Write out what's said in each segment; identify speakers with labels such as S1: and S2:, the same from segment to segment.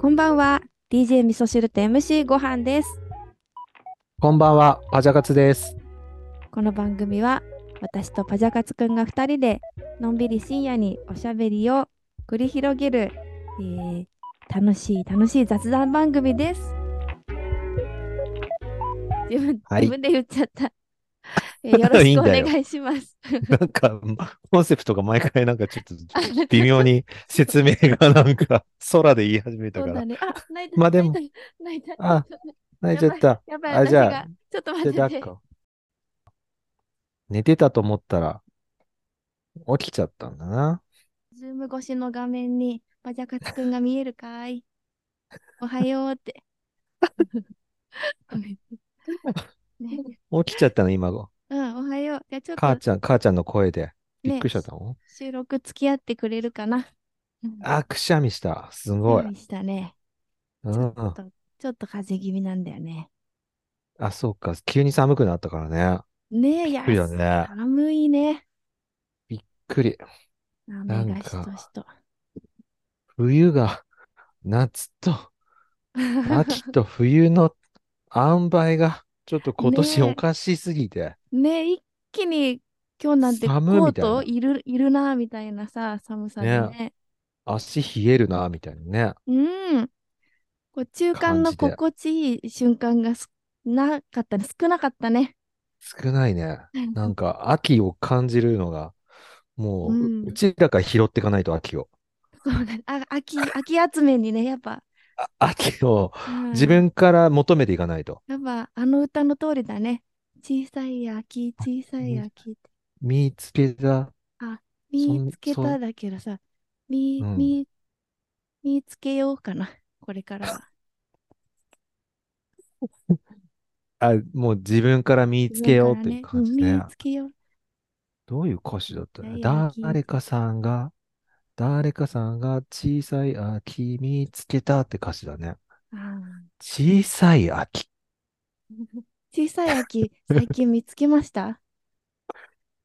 S1: こんばんは。DJ 味噌汁と MC ご飯です。
S2: こんばんは、パジャカツです。
S1: この番組は私とパジャカツくんが2人でのんびり深夜におしゃべりを繰り広げる、えー楽しい楽しい雑談番組です。自分,、
S2: はい
S1: 自分で言っちゃ った。えーよろ
S2: い
S1: し
S2: い
S1: くお
S2: んだよ
S1: 願いします。
S2: なんか、コンセプトが毎回なんかちょっと 微妙に説明がなんか空で言い始めた
S1: そうだ
S2: から。
S1: ね。あ、泣いた。
S2: まあでも
S1: 泣いた。泣いた。
S2: あ泣いちゃった。
S1: やばい、
S2: あ
S1: 私
S2: じゃあ
S1: が。ちょっと待
S2: で、
S1: って
S2: 抱
S1: て
S2: っ。こ。寝てたと思ったら、起きちゃったんだな。
S1: ズーム越しの画面にパジャカツくんが見えるかいおはよう って。ね、
S2: 起きちゃったの、今ご。
S1: うん、おはよう。じゃあちょっ
S2: 母
S1: と
S2: ちゃん、母ちゃんの声で。びっくりしちゃったの、
S1: 収録付き合ってくれるかな。うん
S2: あ、くしゃみした。すごい。
S1: 準備したね。
S2: う
S1: ちょ
S2: ん
S1: っ。と、ちょっと風邪気味なんだよね。
S2: あ、そうか。急に寒くなったからね。
S1: ねえ、いや、
S2: びっくりだね
S1: 寒いね。
S2: びっくり。
S1: 雨
S2: な
S1: が
S2: ん
S1: し
S2: か
S1: としと。
S2: 冬が、夏と、 秋と冬の塩梅がちょっと今年
S1: ねえ
S2: おかしすぎて、
S1: ねえ、一気に今日なんてコ
S2: 寒い
S1: ー
S2: みたいな
S1: トいるいるなみたいなさ、寒さで
S2: ね
S1: ね
S2: 足冷えるな、みたいなね。
S1: うん。こう中間の
S2: 感じで
S1: 心地いい瞬間がすなかったね。少なかったね。
S2: 少ないね。なんか秋を感じるのが、もう、
S1: うん
S2: うちらから拾っていかないと秋を。
S1: そうだね。あ、秋、秋集めにね、やっぱ。
S2: あ秋を
S1: うん
S2: 自分から求めていかないと。
S1: やっぱ、あの歌の通りだね。小さい秋、小さい秋って。
S2: 見つけた。そん
S1: 見つけ
S2: そ
S1: た
S2: ん
S1: だけどさ、み、
S2: うん
S1: み、見つけようかな。これからは。
S2: あ、もう自分から 見つけようっていう感じ
S1: 自分からねうん
S2: ね
S1: 見。つけよう。
S2: どういう歌詞だったの
S1: 小さい秋
S2: 誰かさんが、誰かさんが小さい秋見つけたって歌詞だね。
S1: あ
S2: 小さい秋。
S1: ー 小さい秋、最近見つけました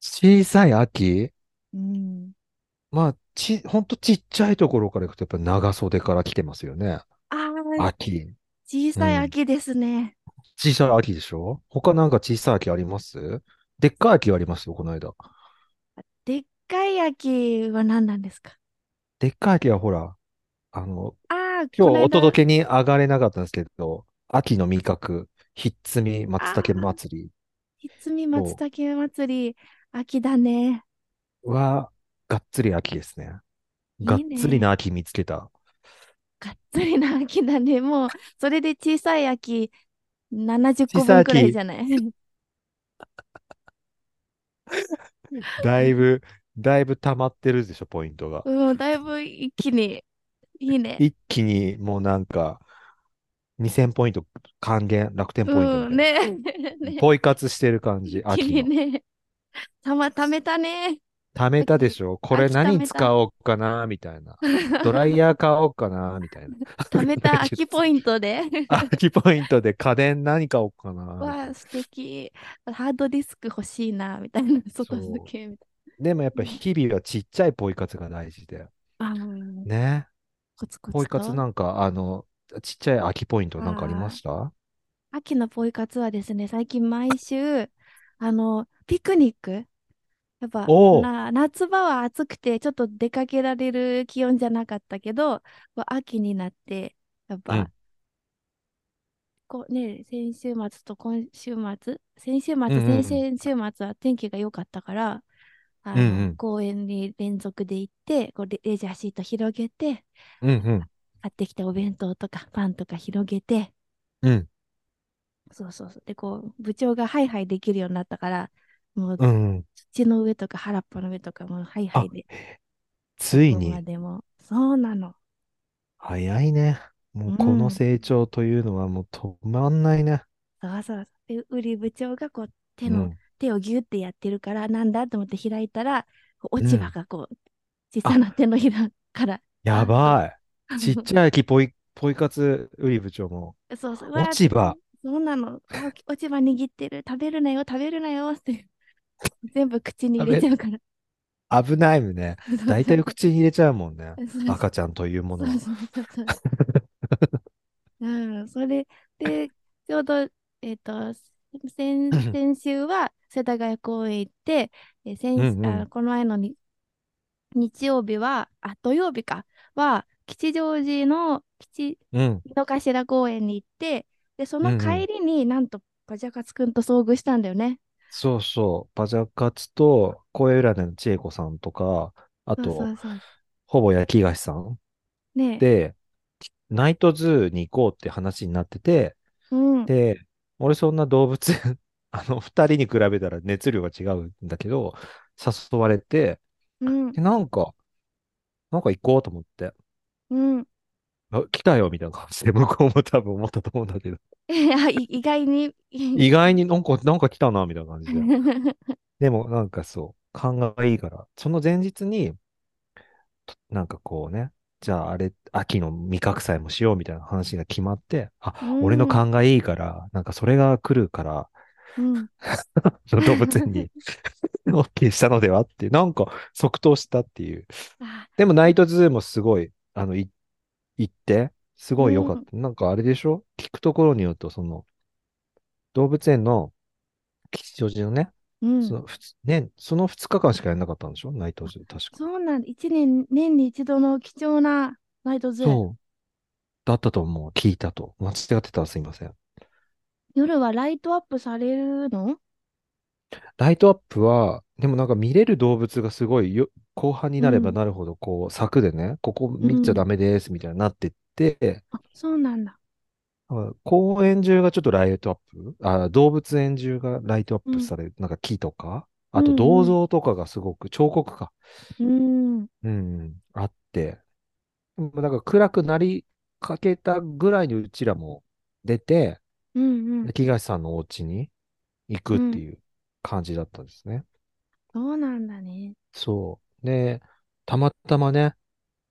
S2: 小さい秋
S1: うん。
S2: まあ、ち、ほんとちっちゃいところから行くと、やっぱ長袖から来てますよね。
S1: ああ、
S2: 秋。
S1: 小さい
S2: うん
S1: 秋ですね。
S2: 小さい秋でしょ他なんか小さい秋ありますでっかい秋ありますよ、この間。
S1: でっかい秋は何なんですか
S2: でっかい秋はほら、あの、
S1: ああ、こ
S2: 今
S1: の
S2: 日
S1: 間
S2: お届けに上がれなかったんですけど、秋の味覚、ひっつみ松茸祭り
S1: ひつみ松茸祭り、秋だね。
S2: は、がっつり秋ですね。
S1: いいね
S2: がっつりな秋見つけた。
S1: がっつりな秋だね。 もう、それで小さい秋、70個
S2: 小さい
S1: 分
S2: 秋
S1: くらいじゃない
S2: だいぶ、だいぶ溜まってるでしょ、ポイントが。
S1: うん、だいぶ一気に。いいね。
S2: 一気にもうなんか、2000ポイント還元、楽天ポイント
S1: う
S2: み
S1: ん、
S2: たい
S1: ね。
S2: な。
S1: ね
S2: ポイ活してる感 じ、
S1: 一気に
S2: 秋の。
S1: ね。たま、ためたね。
S2: 貯めたでしょこれ
S1: 秋貯めた
S2: 何に使おうかなみたいな。ドライヤー買おうかなみた いな。
S1: ためた秋ポ
S2: イン
S1: イントで。
S2: ト。秋ポイントで家電何 買おうかな
S1: わあ、素敵。ハードディスク欲しいな、みたいな。外付けみたい
S2: でもやっぱ日々はちっちゃいポイ活が大事で。
S1: な。あー
S2: ね。
S1: コツコツ
S2: ポイ活
S1: と
S2: なんか、あの、ちっちゃい秋ポイントなんかありました
S1: 秋のポイ活はですね、最近毎週、あの、ピクニックやっぱ
S2: おう
S1: な、夏場は暑くて、ちょっと出かけられる気温じゃなかったけど、こう秋になって、やっぱ、
S2: うん
S1: こうね、先週末と今週末、先週末、
S2: んうんうん
S1: 先々週末は天気が良かったから、あの
S2: うんうん
S1: 公園に連続で行って、こうレレジャーシート広げて、
S2: うんうん。
S1: 買ってきたお弁当とかパンとか広げて、
S2: うん
S1: そうそうそう。で、こう、部長がハイハイできるようになったから、もう
S2: うんうん。
S1: 土の上とか原っぱの上とかもうハイハイで、
S2: つい
S1: どこ
S2: に
S1: ま。でも。そうなの。
S2: 早いね。もうこ
S1: うん
S2: の成長というのはもう止まんないね。
S1: そうそうそう。で、ウリ部長がこう、
S2: う
S1: 手の、
S2: ん。
S1: 手をギュってやってるから、なんだと思って開いたら、こう
S2: うん
S1: 落ち葉がこう、小さな手のひらから。
S2: やばい。ちっ
S1: ゃ
S2: ちゃい秋ポイ、 ポイ活売り部長も。
S1: い。 そうそう。
S2: 落ち
S1: わあ
S2: 葉。
S1: そうなの。あ落落ち葉握ってる。食べるなよ、食べるなよ って。全部口に入れちゃうから。
S2: 危な いもんね。大体口に入れちゃうもんね。
S1: そうそう
S2: 赤ちゃんというもの
S1: そ
S2: は
S1: う。そうそうそううん、それで、ちょうど、えっと、先、先週は世田谷公園行って、えー先、
S2: うんうん
S1: あ、この前のに日曜日は、あ、土曜日か、は、吉祥寺の吉
S2: うん。
S1: 井の頭公園に行って、で、そ
S2: うんう
S1: の
S2: ん
S1: 帰りになんと、パジャカツくんと遭遇したんだよね。
S2: そうそう。パジャカツと、声占いの千恵子さんとか、あ
S1: そうそ
S2: と、
S1: うそう。
S2: ほぼ焼き菓子さん
S1: ねえ、
S2: で、ナイトズーに行こうって話になってて、
S1: うん、
S2: で、俺そんな動物、 あの、二人に比べたら熱量が違うんだけど、誘われて、
S1: うん
S2: で、、なんか、なんか行こうと思って、
S1: うん。
S2: あ、来たよみたいな感じで、向こうも多分思ったと思うんだけど、
S1: あい意外に。
S2: 意外になんか、なんか来たな、みたいな 感じで。でもなんかそう、勘がいいから、その前日に、となんかこうね、じゃああれ、秋の味覚祭もしようみたいな話が決まって、あ、俺の
S1: うん
S2: 勘がいいから、なんかそれが来るから、
S1: うん、
S2: 動物園に OK したのではって、なんか即答したっていう。
S1: あ、
S2: でもナイトズーもすごい、あの、い行って、すごい良かった。なんかあれでしょ聞くところによると、その、動物園の吉祥寺のね、
S1: うん。
S2: そのふつね、その2日間しかやらなかったんでしょナイトズー、確か。
S1: そうなんだ。一年、年に一度の貴重なナイトズー。
S2: そう。だったと思う。聞いたと。間違ってたらすいません。
S1: 夜はライトアップされるの
S2: ライトアップは、でもなんか見れる動物がすごいよ、後半になれば
S1: うん
S2: なるほど、こう、柵でね、ここ見ちゃダメです、みたいになってって、
S1: あ、そうなんだ。
S2: なんか公園中がちょっとライトアップ、あ、動物園中がライトアップされる、なんか木とか、あ
S1: うんう
S2: と
S1: ん
S2: 銅像とかがすごく、彫刻か。
S1: うーん。
S2: うん、あって、でもなんか暗くなりかけたぐらいにうちらも出て、
S1: うんうん。
S2: で東さんのお家に行くっていう感じだったんですね。
S1: そうなんだね。
S2: そう。で、たまたまね、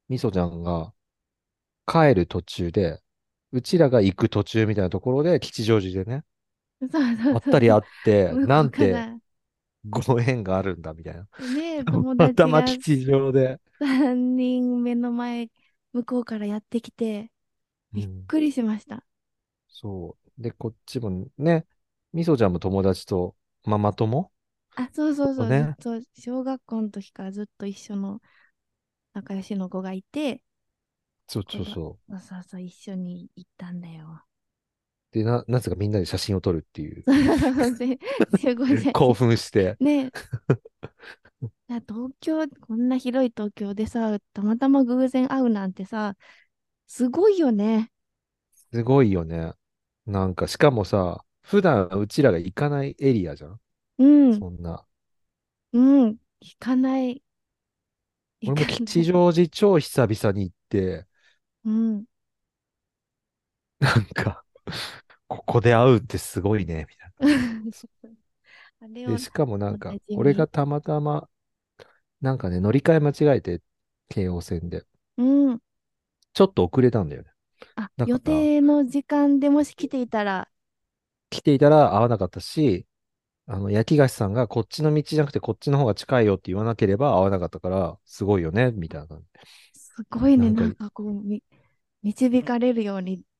S2: みそちゃんが帰る途中で、うちらが行く途中みたいなところで、吉祥寺でね、
S1: そうそうそう。
S2: ばったり会って、
S1: 向こう
S2: なんて
S1: から
S2: ご縁があるんだみたいな。
S1: ねえ、
S2: た
S1: 友
S2: ま
S1: 達
S2: たま
S1: が
S2: 吉祥で。
S1: 三人目の前、向こうからやってきて、びっ
S2: うん
S1: くりしました。
S2: そう。で、こっちもね、みそちゃんも友達とママ友
S1: あ、そうそうそう。ず
S2: ね
S1: っと、小学校の時からずっと一緒の仲良しの子がいて、
S2: そう
S1: そう
S2: そ
S1: そうそうそう、一緒に行ったんだよ。
S2: う。で、な、なぜかみんなで写真を撮るって いう、
S1: で集合写
S2: 興
S1: 真。
S2: 奮して。
S1: ねえ。いや東京、こんな広い東京でさ、たまたま偶然会うなんてさ、すごいよね。
S2: すごいよね。なんか、しかもさ、普段うちらが行かないエリアじゃん。
S1: うん、
S2: そんな。
S1: うん、行かない。行
S2: 俺
S1: かな
S2: も
S1: い。
S2: 吉祥寺超久々に行って、
S1: うん、
S2: なんか、ここで会うってすごいね、みたいな。
S1: あれ
S2: で、
S1: を、
S2: しかもなん
S1: 同
S2: か
S1: じ、に
S2: 俺がたまたま、なんかね、乗り換え間違えて、京王線で。
S1: うん、
S2: ちょっと遅れたんだよね。
S1: あ、
S2: だから
S1: 予定の時間でもし来ていたら、
S2: 来ていたら会わなかったし、あの、焼き菓子さんがこっちの道じゃなくてこっちの方が近いよって言わなければ会わなかったから、すごいよね、みたいな感じ。
S1: すごいね、
S2: なんか
S1: なんかこう、み導かれるように。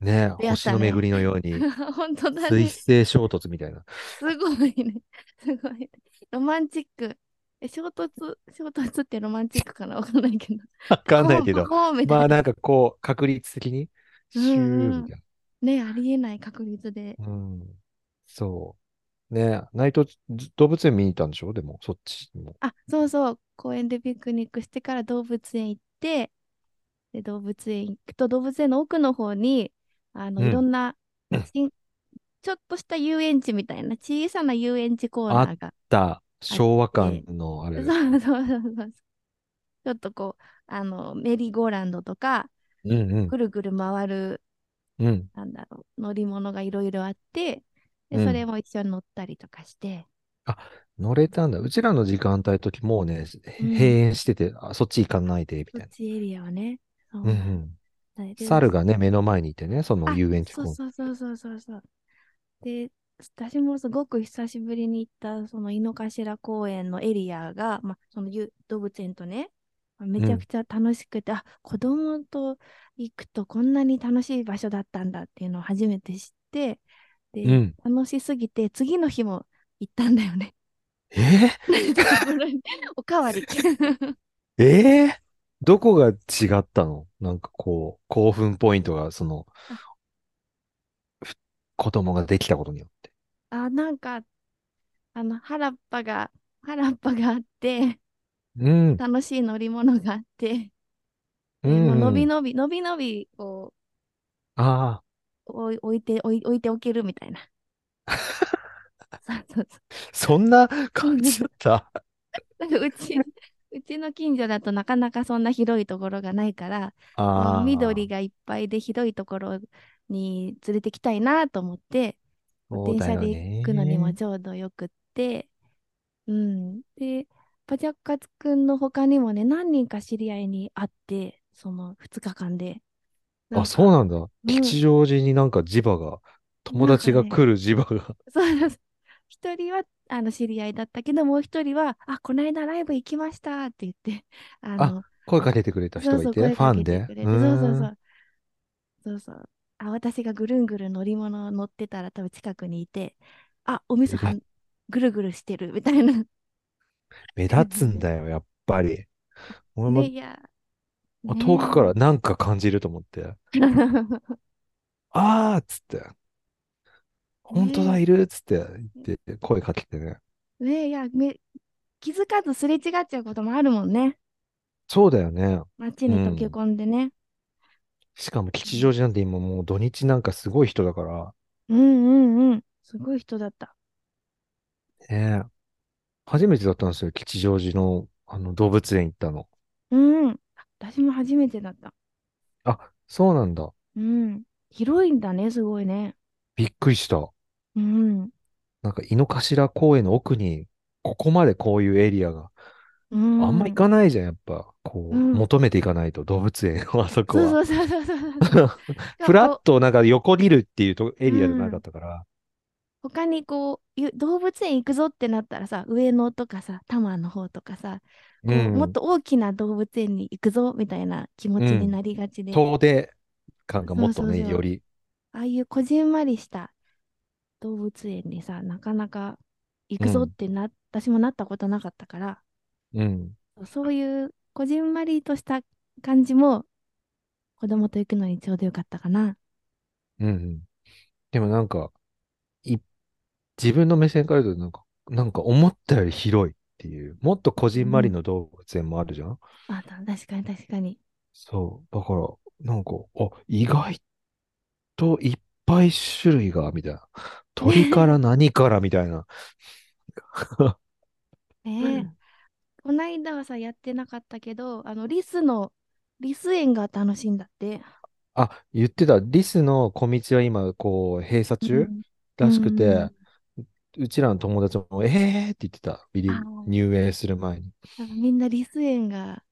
S2: ねえ、
S1: 出会っ
S2: 星
S1: たね
S2: の巡りのように、
S1: 本当だ
S2: 水
S1: ね。
S2: 星衝突みたいな。
S1: すごいね。 すごいね。ロマンチック。え、衝突、衝突ってロマンチックかなわかんないけど。
S2: わかんないけど
S1: こ。うこうみたい
S2: ま
S1: な。
S2: あなんかこう、確率的に、シュ
S1: うんう
S2: ー
S1: ん
S2: みたい
S1: ね、ありえない確率で。
S2: な。うん。そう。ねえ、ナイト、動物園見に行ったんでしょでも、そっちも。
S1: あ、そうそう。公園でピクニックしてから動物園行って、で、動物園行くと、動物園の奥の方に、あの、
S2: うん
S1: いろんな、しんちょっとした遊園地みたいな、小さな遊園地コーナーが。
S2: だ、昭和館のあ
S1: そ
S2: れ
S1: う。そうそうそう。ちょっとこう、あの、メリーゴーランドとか、
S2: うん
S1: ぐるぐる回る、
S2: うん。うん。
S1: なんだろう、乗り物がいろいろあって、
S2: う
S1: で、
S2: ん
S1: それも一緒に乗ったりとかして、
S2: 乗れたんだ。うちらの時間帯の時もうね、
S1: うん
S2: 閉園してて、あ、そっち行かないで、みた
S1: そっ
S2: いな。
S1: ちエリアはね、そう
S2: うんうん。
S1: で
S2: 猿がね、目の前にいてね、その
S1: あ
S2: 遊園地
S1: そう
S2: 公園。
S1: そうそうそうそうそう。で、私もすごく久しぶりに行った、その井の頭公園のエリアが、まあ、そのゆ動物園とね、めちゃくちゃ楽しくて、あ子供と行くとこんなに楽しい場所だったんだっていうのを初めて知って、で、
S2: うん。
S1: 楽しすぎて、次の日も行ったんだよね。
S2: え
S1: おかわり。
S2: ー、えー、どこが違ったのなんかこう、興奮ポイントが、その、ふ子供ができたことによって。
S1: あ、なんか、あの、原っぱが、原っぱがあって、
S2: うん、
S1: 楽しい乗り物があって、
S2: う、
S1: でもうんのび
S2: うん。
S1: のび、のびのびを
S2: あ
S1: 置い置いて、置い置いておけるみ たいな。そうそうそう。
S2: あ、そんな感じだった。
S1: なんかうち、うちの近所だとなかなかそんな広いところがないから、こう
S2: ああ、
S1: 緑がいっぱいで広いところに連れてきたいなと思って、
S2: そう
S1: 電
S2: だ
S1: 車
S2: よ
S1: で行くのにも
S2: ね。
S1: ちょうどよくって、うん。で、パチャカツくんの他にもね、何人か知り合いに会って、その2日間で。なん
S2: あ、
S1: か
S2: そうなんだ。
S1: ん
S2: 吉祥寺になんか磁場が、友達
S1: なん
S2: が
S1: かね
S2: 来る磁場が。
S1: そうです。一人はあの知り合いだったけど、もう一人は、あ、この間ライブ行きましたって言って、あの、
S2: 声かけてくれた人がいて、
S1: 声
S2: フ
S1: か
S2: ァ
S1: け
S2: ン
S1: て
S2: で
S1: く。れ
S2: う
S1: てそうそう
S2: ー
S1: そ
S2: ん。
S1: う。そうそう。あ、私がぐるんぐる乗り物乗ってたら多分近くにいて、あ、おみそはんぐるぐるしてるみたいな。
S2: 目立つんだよ、やっぱり。俺も
S1: ね、いや、
S2: あ
S1: ね
S2: 遠くからなんか感じると思って、あーっつって、本当だ、
S1: ね
S2: いるっつって言って、声かけてね。
S1: ねいや、め、気づかずすれ違っちゃうこともあるもんね。
S2: そうだよね。
S1: 街に溶け込んでね。
S2: しかも吉祥寺なんて今もう土日なんかすごい人だから、
S1: うんうんうん。すごい人だった。
S2: ねえ初めてだったんですよ、吉祥寺の、あの動物園行ったの。
S1: うん。私も初めてだった。
S2: あ、そうなんだ。
S1: うん。広いんだね、すごいね。
S2: びっくりした。
S1: うん。
S2: なんか井の頭公園の奥に、ここまでこういうエリアが、
S1: う
S2: あ
S1: ん。
S2: んま行かないじゃん、やっぱ、こ
S1: う
S2: う、
S1: ん
S2: 求めていかないと、動物園を、あそこ
S1: そう
S2: は。
S1: そうそうそうそうそう。
S2: フラッとなんか横切るっていうとエリアでなかったから、
S1: 他にこうゆ動物園行くぞってなったらさ上野とかさ多摩の方とかさこう、
S2: うん
S1: もっと大きな動物園に行くぞみたいな気持ちになりがちで、あ
S2: 遠出感がもっ
S1: そ
S2: と
S1: う
S2: ね、
S1: そうそう
S2: より、
S1: あいうこじんまりした動物園にさなかなか行くぞってな、私もなったことなかったから
S2: うん、
S1: そういうこじんまりとした感じも子供と行くのにちょうどよかったかな。
S2: うんうん。でもなんか、い、自分の目線から言うと、なんか、なんか思ったより広いっていう、もっとこじんまりの動物園もあるじゃん。
S1: あた確かに確かに。
S2: そう、だから、なんか、あ、意外といっぱい種類が、みたいな。鳥から何からみたいな。
S1: ねえこないだはさ、やってなかったけど、あの、リスの、リス園が楽しいんだって。
S2: あ、言ってた、リスの小道は今、こう、閉鎖中らしく
S1: うん
S2: て、うちらの友達も、えーって言ってた。ビリ
S1: あー
S2: 入園する前に。
S1: なんかみんなリス園が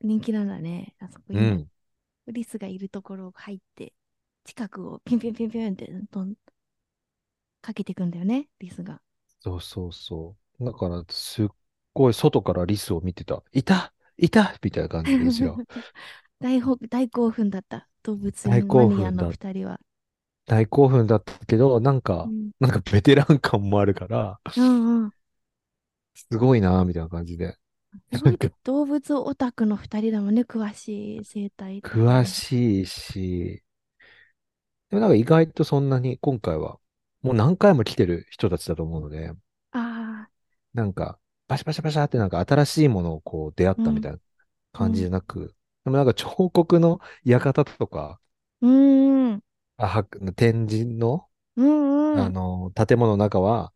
S1: 人気なんだね。あそこ
S2: う
S1: 今、
S2: ん。
S1: リスがいるところ入って、近くをピンピンピンピンってどんかけていくんだよね、リスが。
S2: そうそうそう。だから、すっごい外からリスを見てた。いたいたみたいな感じで、う ちら。
S1: 大ほ大興奮だった。動物
S2: 大
S1: 園マ
S2: 興奮
S1: ニア
S2: だ
S1: の二人は。
S2: 大興奮だったけど、なん
S1: う
S2: か、
S1: ん、
S2: なんかベテラン感もあるから、
S1: うんうん。
S2: すごいなみたいな感じで。
S1: すごい動物オタクの二人だもんね、詳しい生態とかね。
S2: 詳しいし、でもなんか意外とそんなに今回は、もう何回も来てる人たちだと思うので、
S1: ああ、
S2: なんか、バシャバシャバシャってなんか新しいものをこう出会ったみたいな感じじゃなく、でもなんか彫刻の館とか、
S1: うんうん。
S2: あは展示の、
S1: うんう
S2: あ
S1: ん。
S2: の、建物の中は、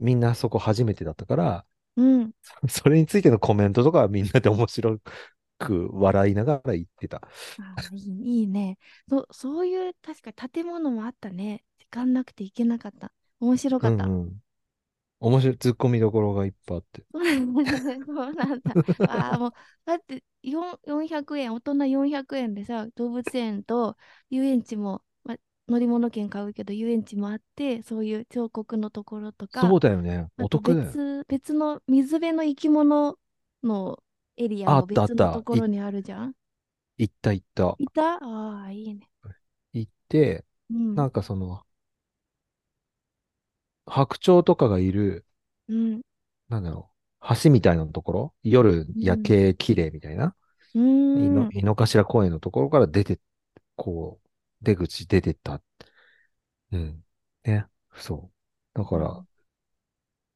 S2: みんなそこ初めてだったから、
S1: うん。
S2: それについてのコメントとかはみんなで面白く笑いながら言ってた。
S1: ああ、いい、いいね。そ、そういう、確か建物もあったね。時間なくて行けなかった。面白
S2: う
S1: かっ
S2: ん
S1: た。
S2: うん。面白い、突っ込みどころがいっぱいあって。
S1: そうなんだ。ああ、もう、だって、よん400円、大人400円でさ、動物園と遊園地も、ま、乗り物券買うけど、遊園地もあって、そういう彫刻のところとか、
S2: そうだよね。
S1: あ
S2: お
S1: と
S2: 得だよ。
S1: 別、別の水辺の生き物のエリア
S2: あ
S1: も
S2: ったあっ
S1: 別のと
S2: た。
S1: こ
S2: い、
S1: ろにあるじゃん。
S2: 行った行った。
S1: いたああ、いいね。
S2: 行って、
S1: うん、
S2: なんかその、白鳥とかがいる、
S1: うん、
S2: なんだろう、橋みたいなところ、夜
S1: う
S2: 夜
S1: ん、
S2: 景綺麗みたいな、
S1: う
S2: 井の、
S1: ーん。
S2: 井の頭公園のところから出て、こう、出口出てった。うん。ね。そう。だ
S1: う
S2: から、
S1: ん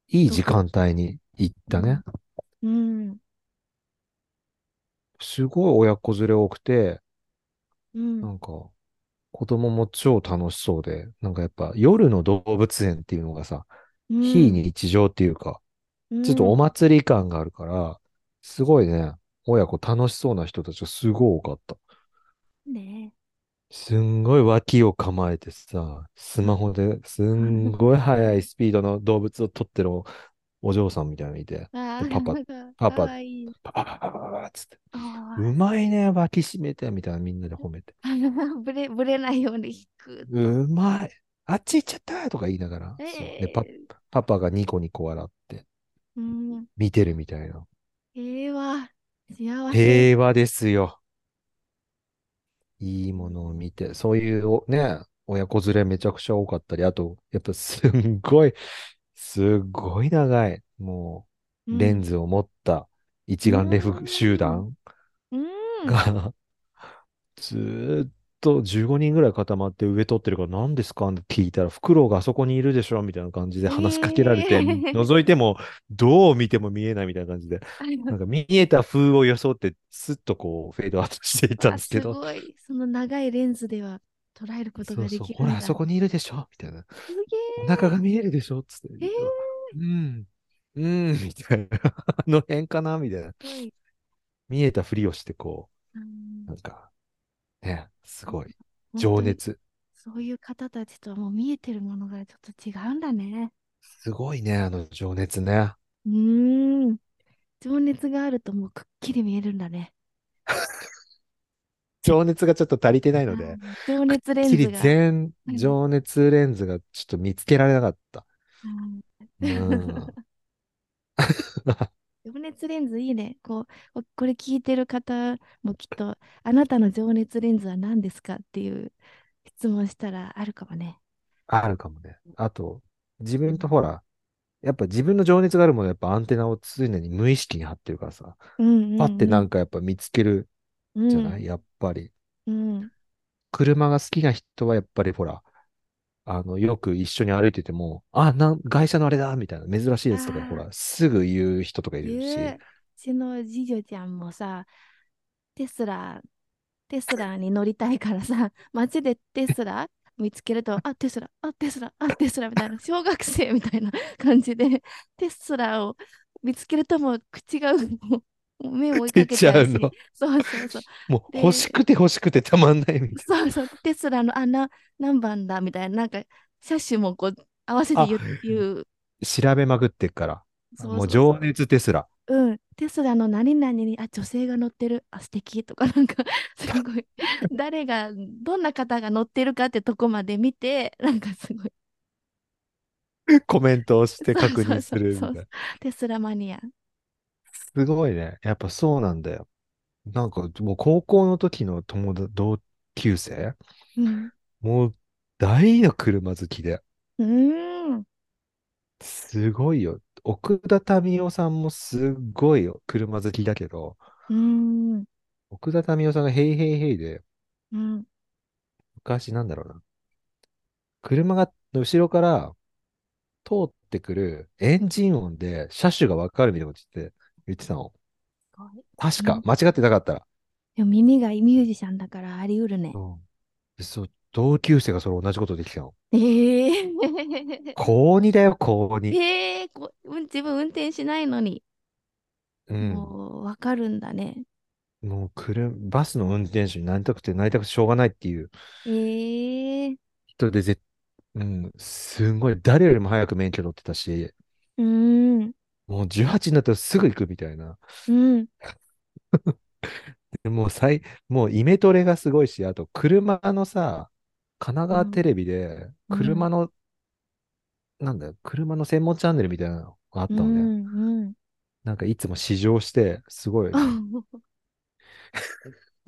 S2: いい
S1: ど
S2: 時
S1: こ
S2: 間帯に行っ
S1: う
S2: たね。
S1: ん、うん、
S2: すごい親子連れ多くて、
S1: う。
S2: なんんか、子供も超楽しそうで、なんかやっぱ夜の動物園っていうのがさ、
S1: う
S2: 非
S1: ん、
S2: 日常っていうか、
S1: う
S2: ちょっとお
S1: ん。
S2: 祭り感があるから、すごいね、親子楽しそうな人たちがすごい多かった。
S1: ね
S2: すんごい脇を構えてさ、スマホです
S1: え。
S2: んごい速いスピードの動物を撮ってるお、お嬢さんみたいなのいて、
S1: あ
S2: で、
S1: あ、
S2: パパ、
S1: なんか、
S2: パ
S1: か
S2: パ、
S1: わいい。
S2: パパパパパパっつって、う
S1: あ
S2: まいね、脇締めて、みたいなみんなで褒めて。
S1: あ、ぶれ、ぶれないように引くと。
S2: うまい。あっち行っちゃったとか言いながら、そう。で、パ、
S1: ええ
S2: パパがニコニコ笑って
S1: うん、
S2: 見てるみたいな。
S1: 平和、幸せ。
S2: 平和ですよ。いいうものを
S1: ん
S2: 見て、そういうおね、親子連れめちゃくちゃ多かったり、あと、やっぱすんごい、すっごい長い、も
S1: う
S2: う、レン
S1: ん、
S2: ズを持った
S1: う
S2: 一眼レフ集
S1: ん、
S2: 団
S1: うん。
S2: がずーっと15人ぐらい固まって上撮ってるから何ですかって聞いたら、フクロウがあそこにいるでしょみたいな感じで話しかけられて、
S1: ええ
S2: 覗いてもどう見ても見えないみたいな感じで、 なんか見えた風を装って、スッとこうフェードアウトしていったん
S1: あ、
S2: ですけ
S1: す
S2: ど、
S1: ごい。その長いレンズでは捉えること
S2: そ
S1: が
S2: う
S1: で
S2: そう、
S1: き
S2: ほ
S1: るん
S2: ら、あそ
S1: だ。
S2: こにいるでしょみたいな。
S1: す
S2: お腹が
S1: げ
S2: 見えるでしょつって
S1: え。え
S2: 言うと、
S1: え
S2: うん、うん、みたいな。あの辺かなみたいな。
S1: すごい。
S2: 見えたふりをして、こ
S1: う
S2: う、なんんか、ね、すごい、
S1: 本
S2: 情
S1: 当に
S2: 熱。
S1: そういう方たちとはもう見えてるものがちょっと違うんだね。
S2: すごいね、あの情熱ね。
S1: うーん。情熱があるともうくっきり見えるんだね。
S2: 情熱がちょっと足りてないの
S1: あ
S2: で、
S1: ー情
S2: くっ
S1: 熱レン
S2: きり
S1: ズが。
S2: 全情熱レンズがちょっと見つけられなかった。 うーん。
S1: 情熱レンズいいね。こう、おこれ聞いてる方もきっと、あなたの情熱レンズは何ですかっていう質問したらあるかもね。
S2: あるかもね。あと、自
S1: う
S2: 分と
S1: ん、
S2: ほら、やっぱ自分の情熱があるものはやっぱアンテナを常に無意識に張ってるからさ、
S1: う
S2: パって
S1: ん、う、
S2: なんんかやっぱ見つける
S1: う
S2: じゃ
S1: ん、
S2: ないやっぱり。
S1: うん、うん、
S2: 車が好きな人はやっぱりほら、あの、よく一緒に歩いてても、あ、なん、外車のあれだみたいな、珍しいですとか、ほ
S1: ああ、
S2: ら、すぐ言う人とかいる
S1: 言
S2: し、
S1: う、うちの次女ちゃんもさ、テスラ、テスラに乗りたいからさ、 街でテスラ見つけると、あ、テスラ、あ、テスラ、あ、テスラみたいな、小学生みたいな感じで、テスラを見つけるともう口がもう目を追い
S2: 出
S1: かけち
S2: ち
S1: ゃ
S2: ゃ
S1: う
S2: う
S1: し、
S2: の。
S1: そうそうそう。
S2: もう欲し
S1: で、
S2: くて欲しくてたまんないみたい
S1: そうそう、テスラの、あ、な、何番だみたいな、なんか、車種もこう、合わせて
S2: な。あ、
S1: 言う、言う
S2: 調べまくってっから。あ
S1: そう
S2: もう
S1: そうそ
S2: 情
S1: う。
S2: 熱テスラ。
S1: うん、テスラの何々に、あ、女性が乗ってる、あ、素敵とか、なんか、 すごい、誰が、どんな方が乗ってるかってとこまで見て、なんかすごい、
S2: コメントをして
S1: そう
S2: 確
S1: そ
S2: 認
S1: うそ
S2: す
S1: う、
S2: る
S1: そうそ、
S2: みたいうな。
S1: テスラマニア。
S2: すごいね。やっぱそうなんだよ。なんかもう高校の時の友達、同級生
S1: うん。
S2: もう大の車好きで。
S1: うーん。
S2: すごいよ。奥田民生さんもすごいよ。車好きだけど、
S1: うーん。
S2: 奥田民生さんがヘイヘイヘイで、
S1: うん。
S2: 昔なんだろうな。車が後ろから通ってくるエンジン音で車種がわかるみたいなこと言って、言ってたの。
S1: すごい。
S2: 確か、
S1: 耳、
S2: 間違ってなかったら。
S1: でも耳がミュージシャンだからあり得るね。
S2: うん。そう、同級生がそれ同じことできたの。
S1: え え
S2: 高2だよ、高2。
S1: ええこうん自分運転しないのに、
S2: うん。
S1: もう、わかるんだね。
S2: もう車、バスの運転手になりたくて、なりたくてしょうがないっていう
S1: ええ
S2: 人で、ぜ、うん、すんごい、誰よりも早く免許取ってたし、
S1: うーん。
S2: もう18になったらすぐ行くみたいな。
S1: うん。
S2: でもう最、もうイメトレがすごいし、あと車のさ、神奈
S1: う
S2: 川テ
S1: ん。
S2: レビで、
S1: うん。
S2: 車の、なんだよ、車の専門チャンネルみたいなのがあっ
S1: う
S2: たのね。
S1: んうん
S2: なんかいつも試乗して、すごい、 な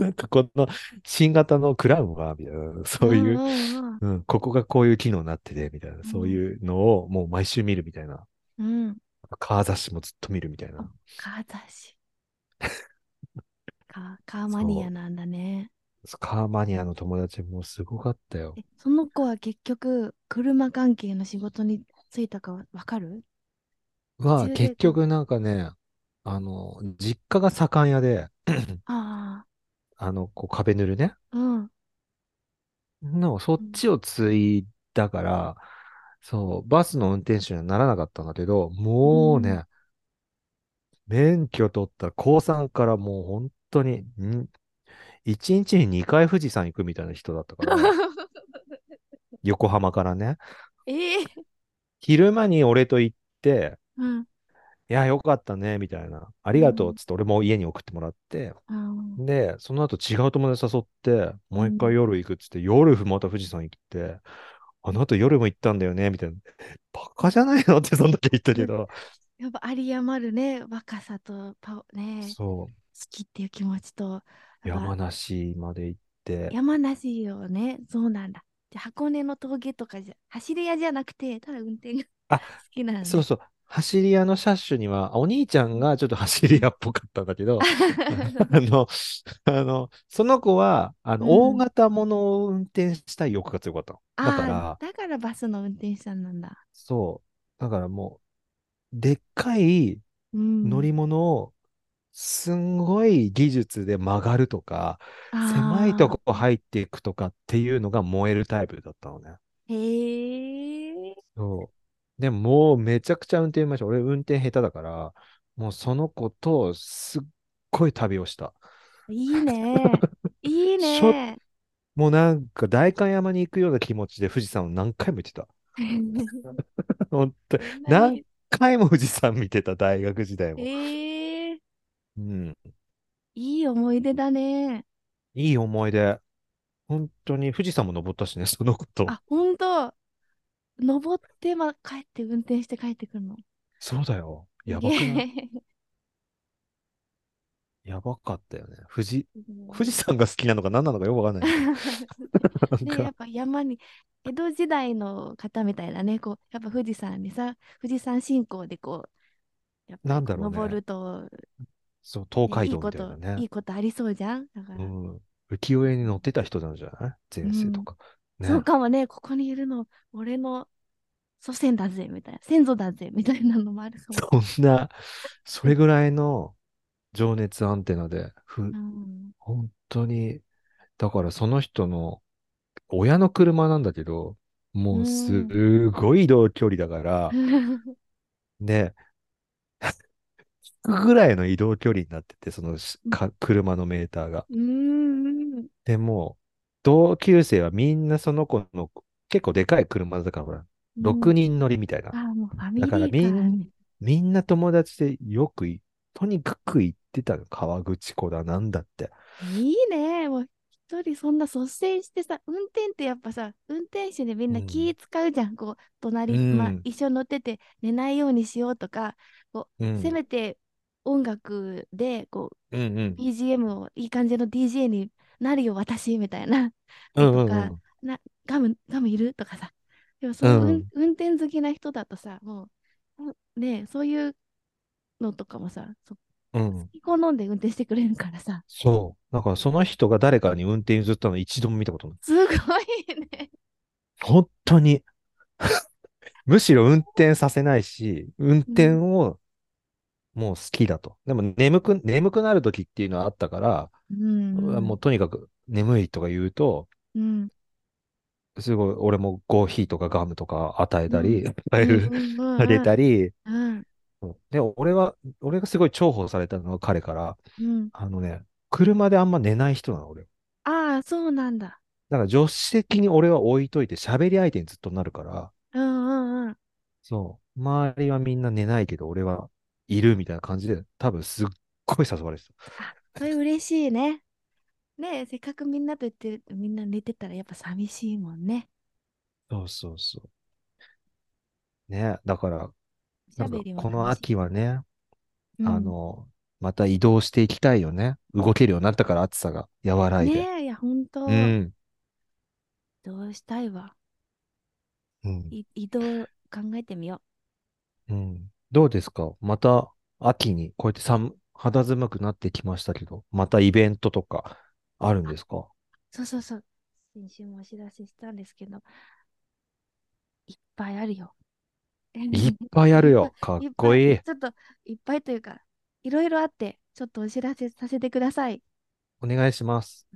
S2: んかこの新型のクラウンは、みたいな、 そういう、うん、ここがこういう機能になってて、みたいな、そういうのをもう毎週見るみたいな。
S1: うん。
S2: カー雑誌もずっと見るみたいな。
S1: カー雑誌。 カー、カーマニアなんだね。
S2: カーマニアの友達もすごかったよ。
S1: えその子は結局、車関係の仕事に就いたかわかる
S2: は、結局なんかね、あの、実家が左官屋で、
S1: あ
S2: あの、こう壁塗るね。
S1: あ、うん。
S2: の、そっちを継いだから、そう、バスの運転手にはならなかったんだけど、もうね、免許取った高3からもう本当に、ん1日に2回富士山行くみたいな人だったから、 横浜からね。
S1: ええ
S2: 昼間に俺と行って、
S1: うん。
S2: いや、よかったね、みたいな。ありがとう、つって、俺も家に送ってもらって、
S1: うん
S2: で、その後違う友達誘って、もう一回夜行くっつって、夜また富士山行って、あの後夜も行ったんだよね、みたいな。 バカじゃないの ってそんだけ言ったけど。
S1: やっぱ有り余るね、若さとパワーね、好
S2: そ
S1: きっていう気持ちと、
S2: う。
S1: やっぱ
S2: 山梨まで行って。
S1: 山梨よね、そうなんだ。じゃあ箱根の峠とかじゃ、走り屋じゃなくて、ただ運転が
S2: あ
S1: 好きなの
S2: そ う
S1: ね。
S2: そう。走り屋の車種には、お兄ちゃんがちょっと走り屋っぽかったんだけど、 あの、あの、その子は、あの、
S1: う
S2: 大
S1: ん、
S2: 型ものを運転したい欲が強かったの。だか
S1: ああ、
S2: ら、
S1: だからバスの運転手さんなんだ。
S2: そう。だからもう、でっかいう乗
S1: ん。
S2: り物を、すんごい技術で曲がるとか、狭いと
S1: ああ、
S2: こ入っていくとかっていうのが燃えるタイプだったのね。
S1: へえ。
S2: そう。でも、もうめちゃくちゃ運転うまいし、俺運転下手だから、もうその子とすっごい旅をした。
S1: いい ね。いい
S2: しょ、
S1: ね。
S2: もうなんか代官山に行くような気持ちで富士山を何回も行って た。本当
S1: そんな
S2: 何
S1: に。
S2: 回も富士山見てた、大学時代も。
S1: ええ、
S2: うん。
S1: いい思い出だね。
S2: いい思い出。本当に富士山も登ったしね、その子と。
S1: あ、ほんと。登って、ま、帰って運転して帰ってくるの。
S2: そうだよ。
S1: す
S2: や
S1: げ
S2: ばくない
S1: え。
S2: やばかったよね。富士、
S1: すご
S2: 富士
S1: い
S2: 山が好きなのか何なのかよくわかんない けど。なん
S1: ね、や
S2: か、
S1: っぱ山に、江戸時代の方みたいだね、こう、やっぱ富士山にさ、富士山信仰でこう、やっぱ
S2: な
S1: り
S2: ん
S1: こ
S2: だ
S1: う、
S2: ろう
S1: 登
S2: ね。
S1: ると、
S2: そう、東
S1: ね、い
S2: 海
S1: い
S2: 道
S1: こ
S2: みたいな
S1: と、
S2: ね。
S1: いいことありそうじゃんだか
S2: う
S1: ら、
S2: ん。浮世絵に乗ってた人なんじゃないう前世と
S1: ん、
S2: か。
S1: そう
S2: ね。
S1: かもね、ここにいるの、俺の祖先だぜ、みたいな、先祖だぜ、みたいなのもあるかも。
S2: そんな、それぐらいの情熱アンテナで、ふ、
S1: うん、
S2: 本当に、だからその人の親の車なんだけど、
S1: う
S2: もうす
S1: ん、
S2: ごい移動距離だから、ね、ぐらいの移動距離になってて、そのしか車のメーターが。
S1: うん、
S2: でもう、同級生はみんなその子の結構でかい車だから、ほら、
S1: うん。
S2: 6人乗りみたい
S1: あ
S2: な。
S1: あ、もうファ
S2: だ
S1: ミ
S2: から
S1: リー
S2: み
S1: カー
S2: ん、
S1: み
S2: みんな友達でよくい、とにかく行ってたの。河口湖だ、なんだって。
S1: いいね。もう一人そんな率先してさ、運転ってやっぱさ、運転手でみん
S2: う
S1: な気
S2: ん。
S1: 使うじゃん。こう、
S2: う
S1: 隣、まあ、
S2: ん。
S1: 一緒に乗ってて寝ないようにしようとか、こ
S2: う
S1: う、せ
S2: ん。
S1: めて音楽で、こう、
S2: うんうん。
S1: BGM をいい感じの DJ になるよ、私みたいな
S2: う
S1: のと
S2: んう
S1: か、
S2: ん
S1: な、ガム、ガムいるとかさ。でもそうの運、
S2: ん。
S1: 運転好きな人だとさ、もう、うねえ、そういうのとかもさ、そ
S2: うん。う
S1: 好
S2: ん。
S1: き好んで運転してくれるからさ、
S2: そう。だからその人が誰かに運転譲ったの一度も見たことない。
S1: すごいね。
S2: 本当に。 むしろ運転させないし、
S1: う
S2: 運転
S1: ん。
S2: をもう好きだと。でも眠く、眠くなる時っていうのはあったから、
S1: う
S2: もうんとにかく眠いとか言うと、
S1: うん。
S2: すごい俺もコーヒーとかガムとか与え
S1: う
S2: た
S1: ん。
S2: り、与
S1: う
S2: え
S1: ん
S2: る、
S1: うんう
S2: あげ
S1: んうん
S2: たり、
S1: うん
S2: で、俺は、俺がすごい重宝されたのは彼から、
S1: うん
S2: あのね、車であんま寝ない人なの、俺。
S1: ああ、そうなんだ。
S2: だから助手席に俺は置いといて喋り相手にずっとなるから、
S1: うんうん
S2: そう、周りはみんな寝ないけど、俺はいるみたいな感じで、多分すっごい誘われてた。
S1: あ、それ嬉しいね。ねえ、せっかくみんなと言ってる、みんな寝てたらやっぱ寂しいもんね。
S2: そうそうそう。ね、だから、
S1: おし
S2: な
S1: ゃ
S2: ん
S1: べ
S2: か
S1: りも
S2: この
S1: 楽しい。
S2: 秋はね、
S1: う
S2: あ
S1: ん。
S2: の、また移動していきたいよね。動けるようになったから暑さが和らいで。
S1: ねえ、いや、ほん
S2: う
S1: と、
S2: ん。
S1: どうしたいわ。
S2: うん。
S1: い移動考えてみよ
S2: うん。どうですかまた秋にこうやって寒、肌寒くなってきましたけど、またイベントとかあるん
S1: う。
S2: で
S1: あ、
S2: すか
S1: そうそうそう。先週もお知らせしたんですけど、いっぱいあるよ。
S2: いっぱいあ
S1: いっ
S2: る
S1: ぱい、
S2: よ。かっ
S1: いっぱ
S2: こ
S1: い、
S2: いい。
S1: ちょっといっぱいというか、いろいろあって、ちょっとお知らせさせてください。
S2: お願いします。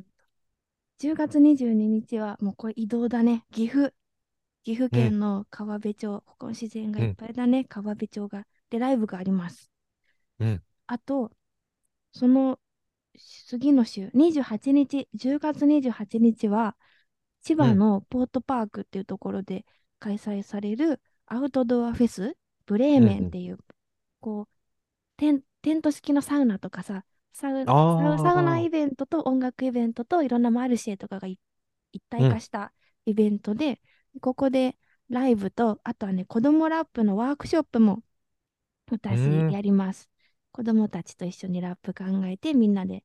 S1: 10月22日は、もうこれ移動だね。岐阜。岐阜
S2: うん、
S1: 県の川辺町。ここの自然が
S2: う
S1: いっ
S2: ん、
S1: ぱいだね。川辺町が。で、ライブがあります。
S2: うん。
S1: あと、その次の週、28日、10月28日は、千
S2: う
S1: 葉
S2: ん、
S1: のポートパークっていうところで開催されるアウトドアフェス、ブレー
S2: うん、
S1: メン
S2: う
S1: っ
S2: ん。
S1: ていう、こう、テン、テント式のサウナとかさ、サウ、サウ、サウナ
S2: あ
S1: イ
S2: あ、
S1: ベントと音楽イベントといろんなマルシェとかがい一体
S2: う
S1: 化
S2: ん、
S1: したイベントで、ここでライブと、あとはね、子供ラップのワークショップも
S2: う
S1: 私
S2: ん、
S1: やります。子供たちと一緒にラップ考えて、みんなで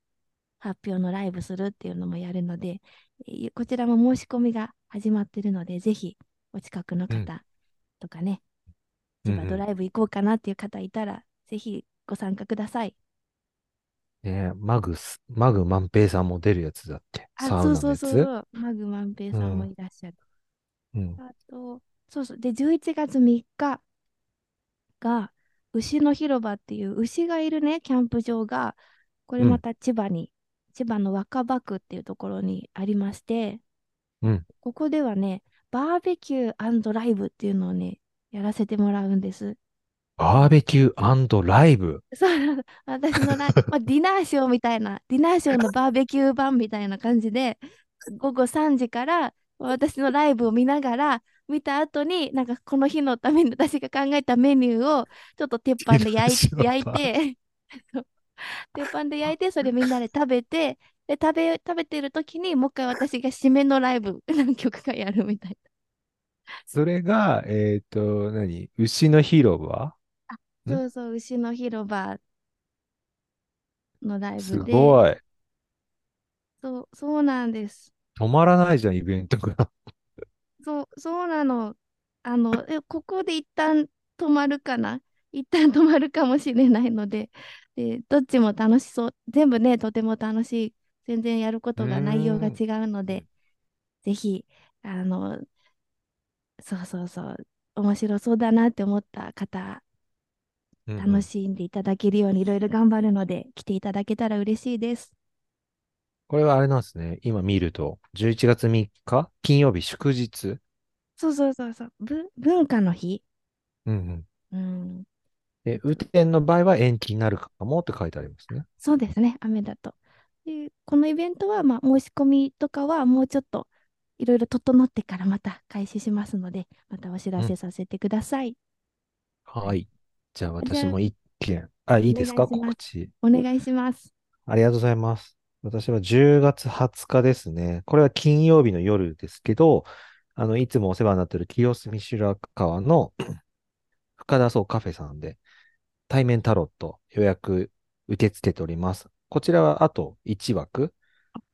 S1: 発表のライブするっていうのもやるので、えーこちらも申し込みが始まってるので、ぜひお近くの
S2: うん、
S1: 方とかね、
S2: う
S1: 千
S2: ん、
S1: 葉
S2: う
S1: ド
S2: ん。
S1: ライブ行こうかなっていう方いたら、ぜひご参加ください。
S2: ねえ、マグス、マグ万平さんも出るやつだって。
S1: あ、そ
S2: サウ
S1: う
S2: ナの
S1: そう
S2: や
S1: そう
S2: つ
S1: そう、マグマンペイ
S2: う
S1: さんも
S2: ん、
S1: いらっしゃる。
S2: うん。
S1: あと、そうそう、で、11月3日が、牛の広場っていう牛がいるね、キャンプ場が、これ
S2: う
S1: ま
S2: ん、
S1: た千葉に、千葉の若葉区っていうところにありまして、
S2: うん。
S1: ここではね、バーベキューライブっていうのをね、やらせてもらうんです。
S2: バーベキューライブ。
S1: そう 私のライ、まあ、ディナーショーみたいな、ディナーショーのバーベキュー版みたいな感じで、午後3時から私のライブを見ながら、見た後に、なんかこの日のために 私が考えたメニューをちょっと鉄
S2: ディ
S1: 板で
S2: ナー
S1: 焼い、
S2: ショー
S1: 焼い
S2: バー
S1: て、 鉄板で焼いて、それみんなで食べて、で、食べ、食べてる時に、もう一回私が締めのライブ、 何曲かやるみたいな。
S2: それが、えっと、何牛の広場
S1: あ
S2: ん
S1: そうそう、牛の広場のライ
S2: す
S1: ブで、
S2: ごい。
S1: そう、そうなんです。
S2: 止まらないじゃん、イベントが。
S1: そう、そうなの。あの、え、ここで一旦止まるかな一旦止まるかもしれないので、で、どっちも楽しそう。全部ね、とても楽しい。全然やるこ
S2: うー
S1: とが内容が
S2: ん。
S1: 違うので、ぜひ、あの、そうそうそう、面白そうだなって思った方、
S2: うんう
S1: 楽
S2: ん。
S1: しんでいただけるようにいろいろ頑張るので、来ていただけたら嬉しいです。
S2: これはあれなんですね。今見ると、11月3日、金曜日祝日。
S1: そうそうそうそう、ぶ、文化の日。
S2: うんうん。
S1: うん。
S2: で、雨
S1: そう
S2: 天の場合は延期になるかもって書いてありますね。
S1: そうですね、雨だと。で、このイベントは、まあ、申し込みとかはもうちょっといろいろ整ってからまた開始しますので、またお知ら
S2: う
S1: せ
S2: ん。
S1: させてください。
S2: はい。じゃあ
S1: じ
S2: 私
S1: ゃあ、
S2: も一件。あ、い
S1: お
S2: いです
S1: 願い
S2: か
S1: しま
S2: 告
S1: す。
S2: 知。
S1: お願いします。
S2: ありがとうございます。私は10月20日ですね。これは金曜日の夜ですけど、あの、いつもお世話になっている清澄白河の 深田荘カフェさんで、対面タロット予約受け付けております。こちらはあと1枠、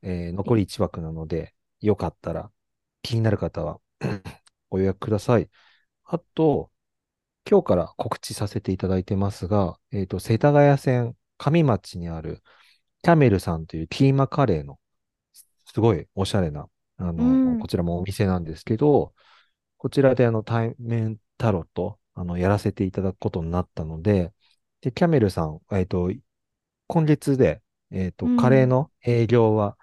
S2: えー残り1枠なので、よかったら気になる方は ご予約ください。あと、今日から告知させていただいてますが、えっと、世田谷線上町にあるキャメルさんというキーマカレーのすごいおしゃれな、あ
S1: う
S2: の、
S1: ん。
S2: こちらもお店なんですけど、こちらであの対面タロット、あの、やらせていただくことになったので、で、キャメルさん、えっと、今月で、えっ
S1: う
S2: と、カレー
S1: ん。
S2: の営業は、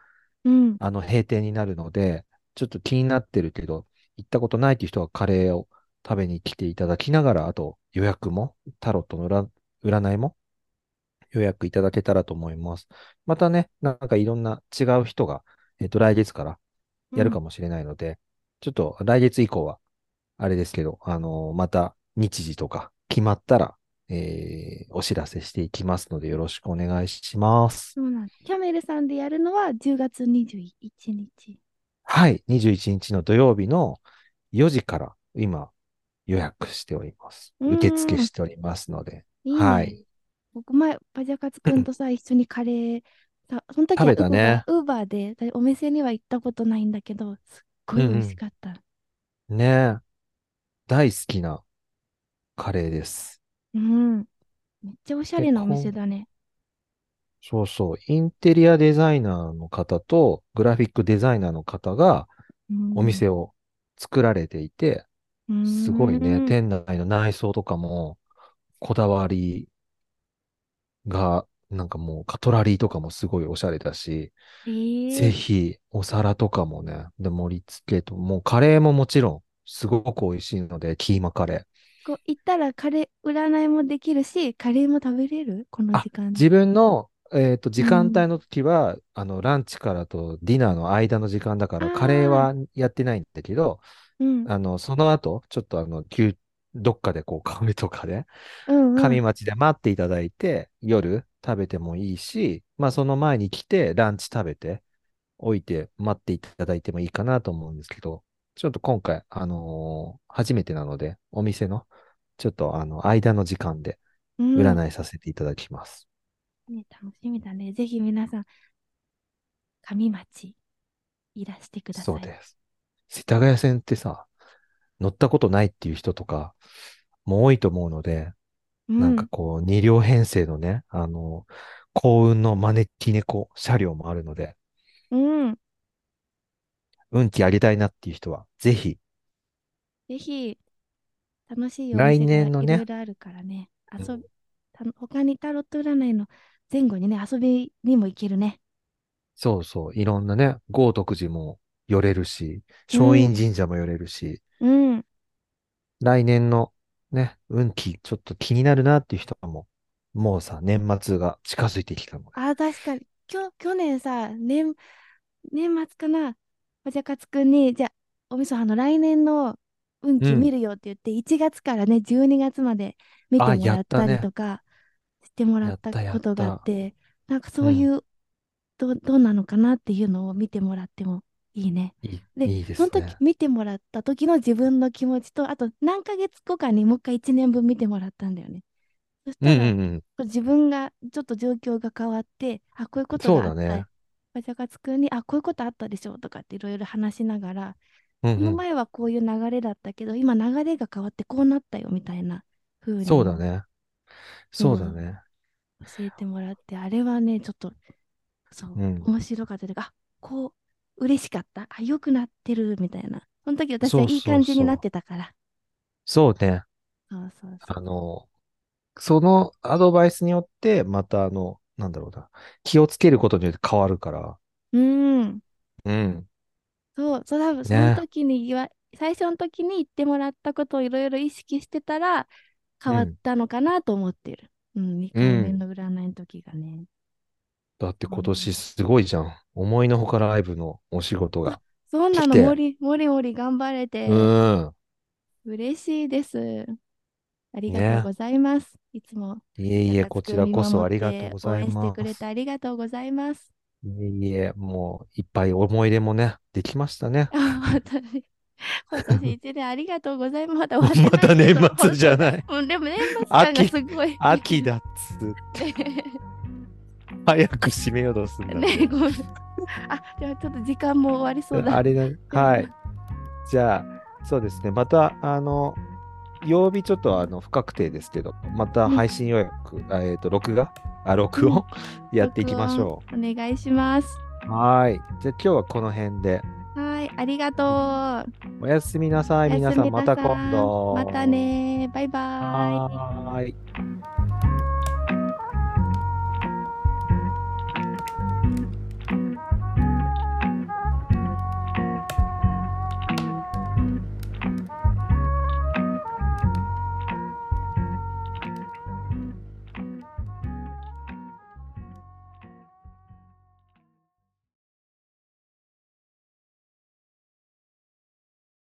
S1: うん。
S2: あの、閉店になるので、ちょっと気になってるけど、行ったことないっていう人はカレーを食べに来ていただきながら、あと予約も、タロットの占占いも予約いただけたらと思います。またね、なんかいろんな違う人が、えっと、来月から
S1: う
S2: やるか
S1: ん。
S2: もしれないので、ちょっと来月以降は、あれですけど、あのーまた日時とか決まったら、えーお知らせしていきますので、よろしくお願いします。
S1: そうなんです。キャメルさんでやるのは10月21日。
S2: はい、21日の土曜日の4時から今予約しております。
S1: う
S2: 受付
S1: ん。
S2: しておりますので、
S1: いい
S2: は
S1: ね。
S2: い。
S1: 僕前、パジャカツくんとさ、一緒にカレー、さ、その時
S2: 食
S1: は
S2: べたね。
S1: ウーバーで、だお店には行ったことないんだけど、すっごい美
S2: うん
S1: 味しかった。
S2: うん。ねえ。大好きなカレーです。
S1: うん。めっちゃおしゃ
S2: で、
S1: れなお店
S2: こ
S1: だね。
S2: う、そうそう。インテリアデザイナーの方とグラフィックデザイナーの方が
S1: う
S2: お
S1: ん。
S2: 店を作られていて、
S1: う
S2: すごいね、
S1: ん。
S2: 店内の内装とかもこだわりが、なんかもうカトラリーとかもすごいおしゃれだし、
S1: え
S2: ぜ
S1: え
S2: ひお皿とかもね、で盛り付けと、もうカレーももちろんすごく美味しいので、キーマカレー。
S1: こう行ったらカレー、占いもできるし、カレーも食べれるこの
S2: あ、
S1: 時間
S2: 自分の、えっと、
S1: う
S2: 時間帯
S1: ん。
S2: の時は、あの、ランチからとディナーの間の時間だか
S1: あ
S2: ら、カレー
S1: あ、
S2: はやってないんだけど、
S1: うん。
S2: あの、その後、ちょっとあの、休どっかでこう、カフェとかで、
S1: うんう
S2: 上
S1: ん。
S2: 町で待っていただいて、夜食べてもいいし、まあ、その前に来て、ランチ食べて、置いて待っていただいてもいいかなと思うんですけど、ちょっと今回、あのー初めてなので、お店の、ちょっとあの、間の時間で
S1: うん。
S2: 占いさせていただきます。
S1: ね、楽しみだね。ぜひ皆さん、上町、いらしてくだ
S2: そう
S1: さい。
S2: です。世田谷線ってさ、乗ったことないっていう人とかも多いと思うので、
S1: う
S2: なんか
S1: ん。
S2: こう、二両編成のね、あの、幸運の招き猫車両もあるので、
S1: うん。
S2: 運気上げたいなっていう人は、ぜひ、
S1: ぜひ、楽しいお
S2: 来
S1: 店が
S2: 年の
S1: いろい
S2: ね、
S1: ろあるからね。
S2: う
S1: 遊び、
S2: ん
S1: た、他にタロット占いの前後にね、遊びにも行けるね。
S2: そうそう、いろんなね、豪徳寺も寄れるし、
S1: う
S2: 松陰
S1: ん。
S2: 神社も寄れるし、
S1: うん。
S2: 来年のね、運気ちょっと気になるなっていう人も、もうさ、年末が近づいてきたので。
S1: ああ、確かに。きょ、去年さ、年、年末かな、おじゃかつくんに、じゃあ、おみそ、あの、来年の運
S2: う
S1: 気見
S2: ん。
S1: るよって言って、1月からね、12月まで見ても
S2: あ、や
S1: ら
S2: っ
S1: ったたり
S2: ね。
S1: とか、してもらっ
S2: やったた、や
S1: こ
S2: っ。
S1: とがあったて、なんか
S2: う
S1: そうい
S2: ん。
S1: う、ど、どうなのかなっていうのを見てもらってもいいね。
S2: いい、
S1: で、
S2: いいで
S1: その
S2: す
S1: 時、
S2: ね。
S1: 見てもらった時の自分の気持ちと、あと何ヶ月後かにもう一回1年分見てもらったんだよね。そし
S2: う
S1: たら、
S2: んうんうん。
S1: 自分がちょっと状況が変わって、あ、こういうこと
S2: そう
S1: があ
S2: だ
S1: った。
S2: ね。
S1: わじゃかつくんに、あ、こういうことあったでしょとかっていろいろ話しながら、
S2: うん
S1: こ
S2: う
S1: の
S2: ん。
S1: 前はこういう流れだったけど、今流れが変わってこうなったよみたいな風に
S2: そうだ
S1: も、
S2: ね。
S1: う
S2: そうだ
S1: ん、
S2: ね。
S1: 教えてもらって、あれはね、ちょっと、そう、
S2: うん。
S1: 面白かったというか、あ、こう、嬉しかった。あ、良くなってるみたいな。その時私は
S2: そう
S1: いい
S2: そう
S1: 感じになっ
S2: そ
S1: て
S2: う。
S1: たから。
S2: そうね。
S1: そうそうそ
S2: あ
S1: う。
S2: の、そのアドバイスによって、またあの、なんだろうな。気をつけることによって変わるから。
S1: うーん。
S2: うん。
S1: そう、そう、多分その
S2: ね。
S1: 時に言わ、最初の時に言ってもらったことをいろいろ意識してたら変
S2: う
S1: わっ
S2: ん。
S1: たのかなと思ってる。うん、
S2: う
S1: 2回目
S2: ん。
S1: の占いの時がね。
S2: だって
S1: う
S2: 今年
S1: ん、
S2: すごいじゃん。思いのほかライブのお仕事
S1: あ、
S2: が
S1: そう
S2: 来
S1: なの、も
S2: て。
S1: りもりもり頑張れ
S2: う
S1: て
S2: ーん。
S1: 嬉しいです。ありがとう
S2: ね。
S1: ございます。いつも、
S2: いえ
S1: ジャ
S2: いえ、
S1: カツ
S2: こ
S1: く
S2: ち
S1: ん
S2: ら
S1: 見
S2: こそ
S1: 守っ
S2: ありがとう
S1: て
S2: ご
S1: 応
S2: ざい
S1: 援して
S2: ま
S1: くれて
S2: す。
S1: ありがとうございます。
S2: いえいえ、もういっぱい思い出もね、できましたね。
S1: あ、本当に今年一年ありがとうございます。まだ終わって
S2: ま
S1: ないけ
S2: た年
S1: ど、
S2: 末
S1: 本
S2: じ
S1: 当、
S2: ゃな い。
S1: うん、でも年末感が
S2: 秋、
S1: すごい。
S2: 秋だっつって、
S1: ね
S2: 早く締めようとすんだ
S1: ね
S2: ね。
S1: ごめん。 あ、じゃあちょっと時間も終わりそうだ。
S2: あれだ、
S1: じゃ
S2: はい。
S1: あ、
S2: じゃあ、そうですね。また、あの、曜日ちょっとあの不確定ですけど、また
S1: うん、
S2: 配信予約、あえっと、録画、あ、
S1: う
S2: 録
S1: ん、
S2: 音やってい
S1: 録
S2: きまし
S1: 音
S2: ょ
S1: お願いします。
S2: う。はーい。じゃあ今日はこの辺で。
S1: はい、ありがとう。
S2: おやすみなさい、
S1: おや
S2: 皆
S1: す
S2: さん。
S1: み
S2: ま
S1: な
S2: た今
S1: さん。また
S2: 度。
S1: ね。バイバイ。
S2: はーい。